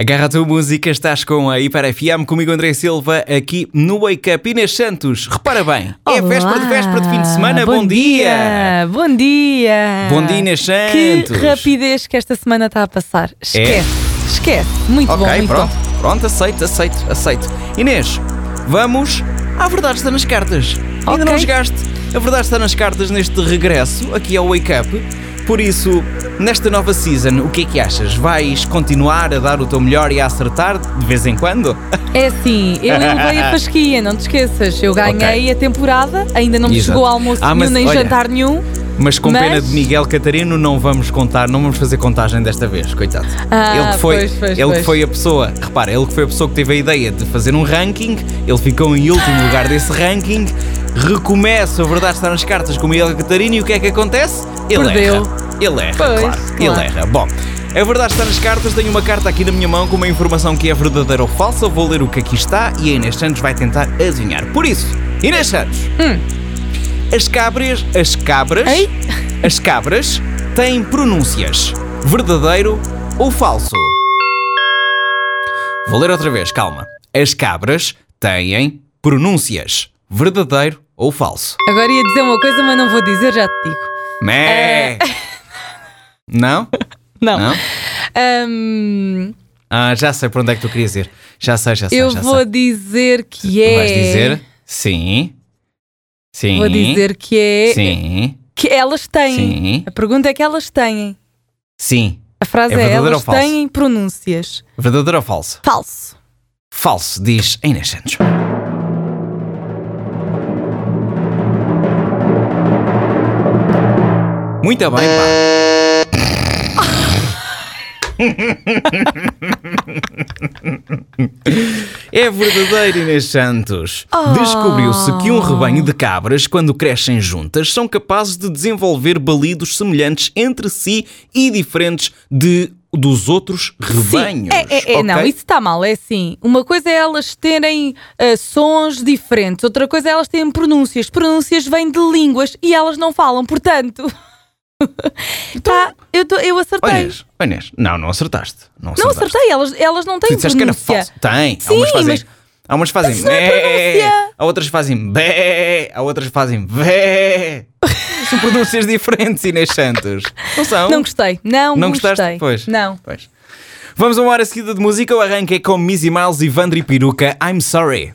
Agarra a tua música, estás com a Hiper FM, comigo André Silva, aqui no Wake Up. Inês Santos, repara bem, é Olá. véspera de véspera de fim de semana, bom, dia. Bom dia! Bom dia, Inês Que Santos. É? rapidez que esta semana está a passar. Esquece, esquece. Muito Ok, bom, muito pronto, bom. pronto, aceito, aceito, aceito. Inês, vamos à Verdade Está nas Cartas. Ainda Ok. não jogaste? A Verdade Está nas Cartas neste regresso aqui ao Wake Up. Por isso, nesta nova season, o que é que achas? Vais continuar a dar o teu melhor e a acertar de vez em quando? É assim, eu elevei a fasquia, não te esqueças. Eu ganhei Ok. a temporada, ainda não me Exato. chegou almoço Ah, nenhum mas nem olha, jantar nenhum. Mas com Mas- pena de Miguel Catarino não vamos contar, não vamos fazer contagem desta vez, coitado. Ah, ele que foi, pois, pois, ele que pois. foi a pessoa, repara, ele que foi a pessoa que teve a ideia de fazer um ranking, ele ficou em Ah. último lugar desse ranking, recomeça a verdade está nas cartas com Miguel Catarino e o que é que acontece? Ele Perdeu. erra. Ele erra, Pois, claro. claro. Ele erra. Bom, a verdade está nas cartas, tenho uma carta aqui na minha mão com uma informação que é verdadeira ou falsa, vou ler o que aqui está e a Inês Santos vai tentar adivinhar. Por isso, Inês Santos, as cabras, as cabras, Ei? as cabras têm pronúncias. Verdadeiro ou falso? Vou ler outra vez, calma. As cabras têm pronúncias. Verdadeiro ou falso? Agora ia dizer uma coisa, mas não vou dizer, já te digo. Mé! Não? É. Não. Não? Ahm, Ah, já sei para onde é que tu querias ir. Já sei, já sei, eu já vou sei. dizer que é. Vais dizer? Sim. Sim. Vou dizer que é. Sim. Que elas têm. Sim. A pergunta é que elas têm. Sim. A frase É é, verdadeiro elas ou falso? têm pronúncias. Verdadeiro ou falso? Falso. Falso, diz a Inês Santos. Muito bem, pá. É verdadeiro, Inês Santos. Oh. Descobriu-se que um rebanho de cabras, quando crescem juntas, são capazes de desenvolver balidos semelhantes entre si e diferentes de, dos outros rebanhos. Sim, é, é, é, ok? não, isso está mal, é assim. Uma coisa é elas terem ah, sons diferentes, outra coisa é elas terem pronúncias. Pronúncias vêm de línguas e elas não falam, portanto. Então, tá, eu, tô- eu acertei. Olhas, olhas. Não, não acertaste. Não não acertaste. acertei, elas, elas não têm Tu disseste que era falso. pronúncia. Tem. há Sim, umas fazem. mas- Há umas fazem. isso não é bé, pronúncia. há outras fazem. Bé, há outras fazem. Bé. São pronúncias diferentes, Inês Santos. Não são? Não gostei, não, Então, Não gostei. gostaste? Pois. Não. Pois. Vamos a uma hora seguida de música. O arranque é com Missy Miles e Vandri Peruca. I'm sorry.